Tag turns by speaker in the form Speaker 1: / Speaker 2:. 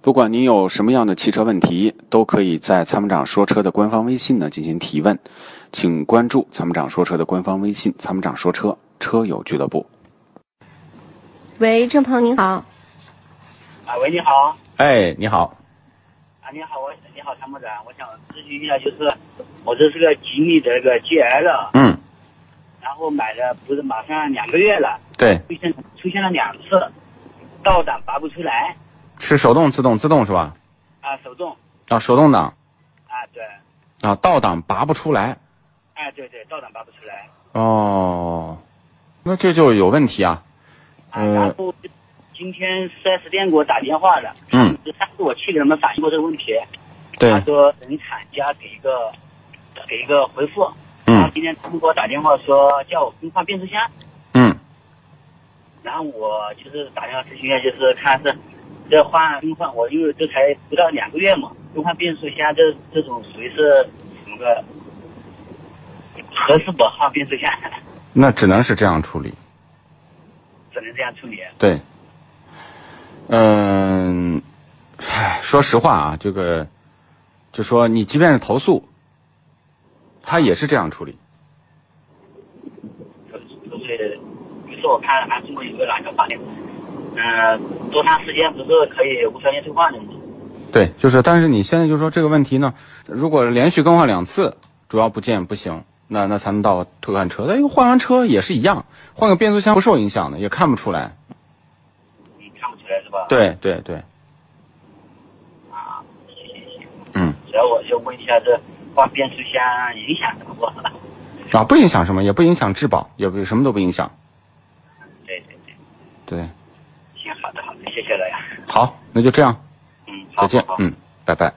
Speaker 1: 不管您有什么样的汽车问题，都可以在参谋长说车的官方微信呢进行提问，请关注参谋长说车的官方微信“参谋长说车车友俱乐部
Speaker 2: 喂，郑鹏您好，
Speaker 3: 啊，喂，你好，
Speaker 4: 哎，你好，
Speaker 3: 啊，你好，我你好，参谋长，我想咨询一下，就是我这是个吉利的这个 GL，
Speaker 4: 嗯，
Speaker 3: 然后买了不是马上两个月了，
Speaker 4: 对，
Speaker 3: 出现出现了两次，倒档拔不出来，
Speaker 4: 是手动、自动、自动是吧？
Speaker 3: 啊，手动，
Speaker 4: 啊，手动挡
Speaker 3: 啊，对，
Speaker 4: 啊，倒档拔不出来
Speaker 3: 哎、对对，倒档拔不出来，
Speaker 4: 哦，那这就有问题啊。
Speaker 3: 啊，然
Speaker 4: 呃，
Speaker 3: 后今天四 S 店给我打电话了，
Speaker 4: 嗯，
Speaker 3: 上次我去给他们反映过这个问题，他
Speaker 4: 对，
Speaker 3: 说等厂家给一个给一个回复，然后
Speaker 4: 嗯
Speaker 3: 今天他们给我打电话说叫我更换变速箱。
Speaker 4: 嗯，
Speaker 3: 然后我就是打电话咨询一下，就是看是这换更换，我因为这才不到两个月嘛，更换变速箱这这种属于是什么个合适不换变速箱，
Speaker 4: 那只能是这样处理。
Speaker 3: 只能这样处理。啊
Speaker 4: 对，嗯，唉说实话啊，这个，就说你即便是投诉，他也是这样处理。
Speaker 3: 就是比如说我看安顺路有个哪个法律，嗯、多长时间不是可以无条件退换的吗？
Speaker 4: 对，就是，但是你现在就说这个问题呢，如果连续更换两次，主要部件不行，那那才能到退换车。但一个换完车也是一样，换个变速箱不受影响的，也看不出来。
Speaker 3: 你看不出来是吧？
Speaker 4: 对对对，
Speaker 3: 啊，
Speaker 4: 嗯，
Speaker 3: 主要我就问一下这换变速箱影响什么不？
Speaker 4: 啊，不影响什么，也不影响质保，也不什么都不影响。
Speaker 3: 对对对，
Speaker 4: 对，
Speaker 3: 行，好的好的，谢谢了呀。
Speaker 4: 好，那就这样，
Speaker 3: 嗯，好
Speaker 4: 再见
Speaker 3: 好好，
Speaker 4: 嗯，拜拜。